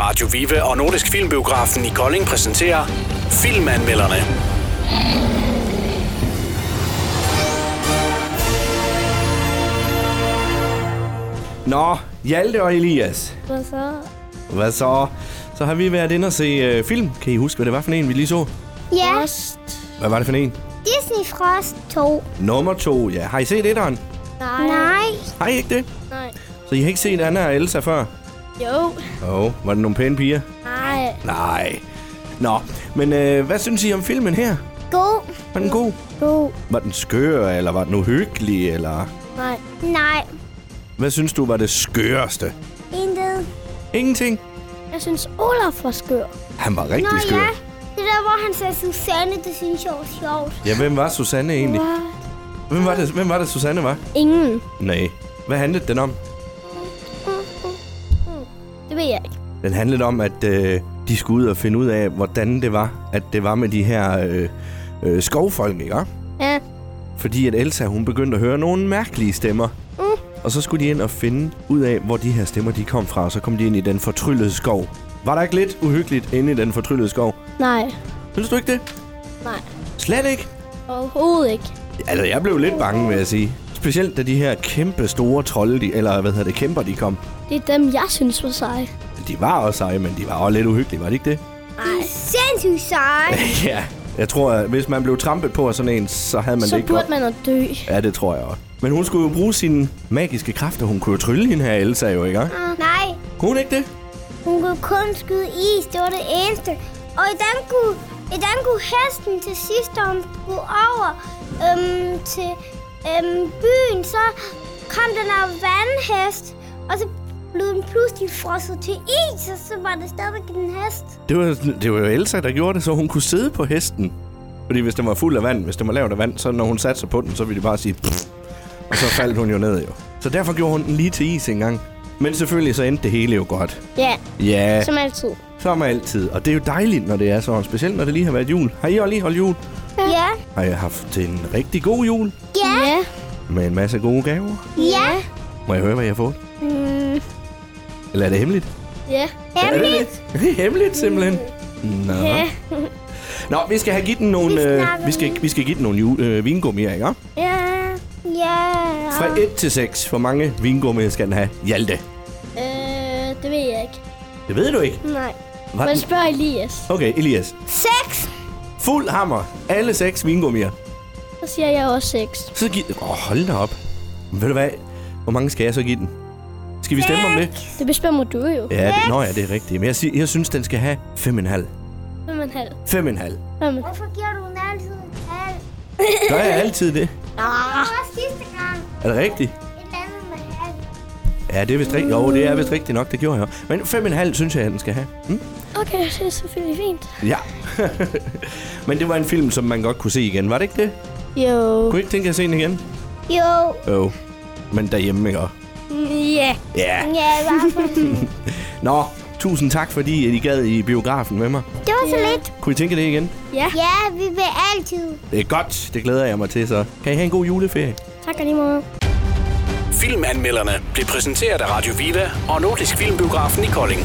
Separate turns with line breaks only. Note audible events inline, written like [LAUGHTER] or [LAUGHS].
Radio Vive og Nordisk Filmbiografen i Kolding præsenterer Filmanmelderne.
Nå, Hjalte og Elias.
Hvad så?
Hvad så? Så har vi været inde og se øh, film. Kan I huske, hvad det var for en, vi lige så?
Ja,
Frost.
Hvad var det for en?
Disney Frost 2.
Nummer to, ja. Har I set etteren?
Nej.
Nej,
Har I ikke det?
Nej.
Så I har ikke set Anna og Elsa før?
Jo.
Åh, oh, var det nogle pæne piger?
Nej.
Nej. Nå, men øh, hvad synes I om filmen her?
god.
Var den god?
God.
Var den skør, eller var den uhyggelig, eller...
Nej.
Nej,
Hvad synes du var det skøreste?
intet.
Ingenting.
Jeg synes, Olaf var skør.
Han var rigtig
Nå
skør.
ja, det der, hvor han sagde Susanne, det synes jeg var sjovt.
ja, hvem var Susanne egentlig? Hvem var, det, hvem var det, Susanne var?
Ingen.
Nej. Hvad handlede den om?
Mm,
Det ved jeg ikke.
Den handlede om, at øh, de skulle ud og finde ud af, hvordan det var, at det var med de her øh, øh, skovfolk, ikke?
Ja.
Fordi at Elsa, hun begyndte at høre nogle mærkelige stemmer. Mm. Og så skulle de ind og finde ud af, hvor de her stemmer, de kom fra. Og så kom de ind i den fortryllede skov. Var der ikke lidt uhyggeligt inde i den fortryllede skov?
Nej.
Synes du ikke det?
Nej.
Slet ikke?
Overhovedet ikke.
Altså, jeg blev lidt bange, vil jeg sige. Specielt da de her kæmpe store trolde, de, eller hvad hedder det, kæmper, de kom.
Det er dem, jeg synes var seje.
De var også seje, men de var også lidt uhyggelige, var de ikke det?
Nej. Sindssygt sej.
[LAUGHS] Ja, jeg tror, at hvis man blev trampet på af sådan en, så havde man
så
det ikke
burde
godt.
man at dø.
Ja, det tror jeg også. Men hun skulle jo bruge sine magiske kræfter. Hun kunne jo trylle hende her, Elsa jo, ikke?
Ah, Nej,
Kunne hun ikke det?
hun kunne kun skyde is. Det var det eneste. Og i den kunne, i den kunne hesten til sidst, da hun skulle over øhm, til øhm, byen, så kom den her vandhest, og så blev den pludselig frosset til is, og så var det stadigvæk en hest.
Det var, det var jo Elsa, der gjorde det, så hun kunne sidde på hesten. Fordi hvis den var fuld af vand, hvis den var lavet af vand, så når hun satte sig på den, så ville det bare sige... "Pff", Og så faldt hun jo ned jo. Så derfor gjorde hun den lige til is engang. Men selvfølgelig så endte det hele jo godt.
Ja,
Ja,
som altid.
som altid. Og det er jo dejligt, når det er sådan. Specielt når det lige har været jul. Har I også lige holdt jul?
Ja.
Har jeg haft en rigtig god jul?
Ja.
Ja.
Med en masse gode gaver?
Ja.
Må jeg høre, hvad jeg har fået?
Mm.
Eller er det hemmeligt?
Ja.
Hemmeligt.
Er [LAUGHS] det hemmeligt simpelthen? Nå.
Ja.
Nå, vi skal have givet den nogle,
Vi
øh,
snakker
vi, skal, vi skal give den nogle jule, øh, vingummier, ikke?
Ja.
Ja.
Fra 1 til 6. Hvor mange vingummier skal den have? Hjalte.
Øh, det ved jeg ikke.
Det ved du ikke.
Nej.
Var
Men
den?
spørg Elias.
Okay, Elias.
Seks.
Fuld hammer. Alle seks vingummier.
Så siger jeg også seks.
Så giv... Åh, oh, hold da op. Men ved du hvad? Hvor mange skal jeg så give den? Skal vi stemme om det?
Det bestemmer du jo.
Ja, det, nå ja, det er rigtigt. Men jeg, siger, jeg synes, den skal have 5,5.
Fem og en halv.
5,5.
Fem og en halv.
Hvorfor giver du den altid en halv?
Gør jeg altid det?
Ah.
Det var sidste gang
Er det rigtigt?
et eller andet med halv.
Ja, det er vist rigtigt. Jo, det er vist rigtigt nok. Det gjorde jeg også. Men 5,5 synes jeg, den skal have. Mm?
Okay, det er selvfølgelig fint.
Ja. [LAUGHS] Men det var en film, som man godt kunne se igen. Var det ikke det?
Jo.
Kunne I ikke tænke jer at se den igen?
Jo.
Jo. Men derhjemme, ikke?
Ja.
Ja. Yeah.
Ja, i hvert fald.
Nå, tusind tak, fordi at I gad i biografen med mig.
Det var så lidt.
Kunne I tænke det igen?
Ja.
Ja, vi vil altid.
Det er godt. Det glæder jeg mig til, så. Kan I have en god juleferie?
Tak og lige måde.
Filmanmelderne blev præsenteret af Radio Vive og Nordisk Filmbiografen i Kolding.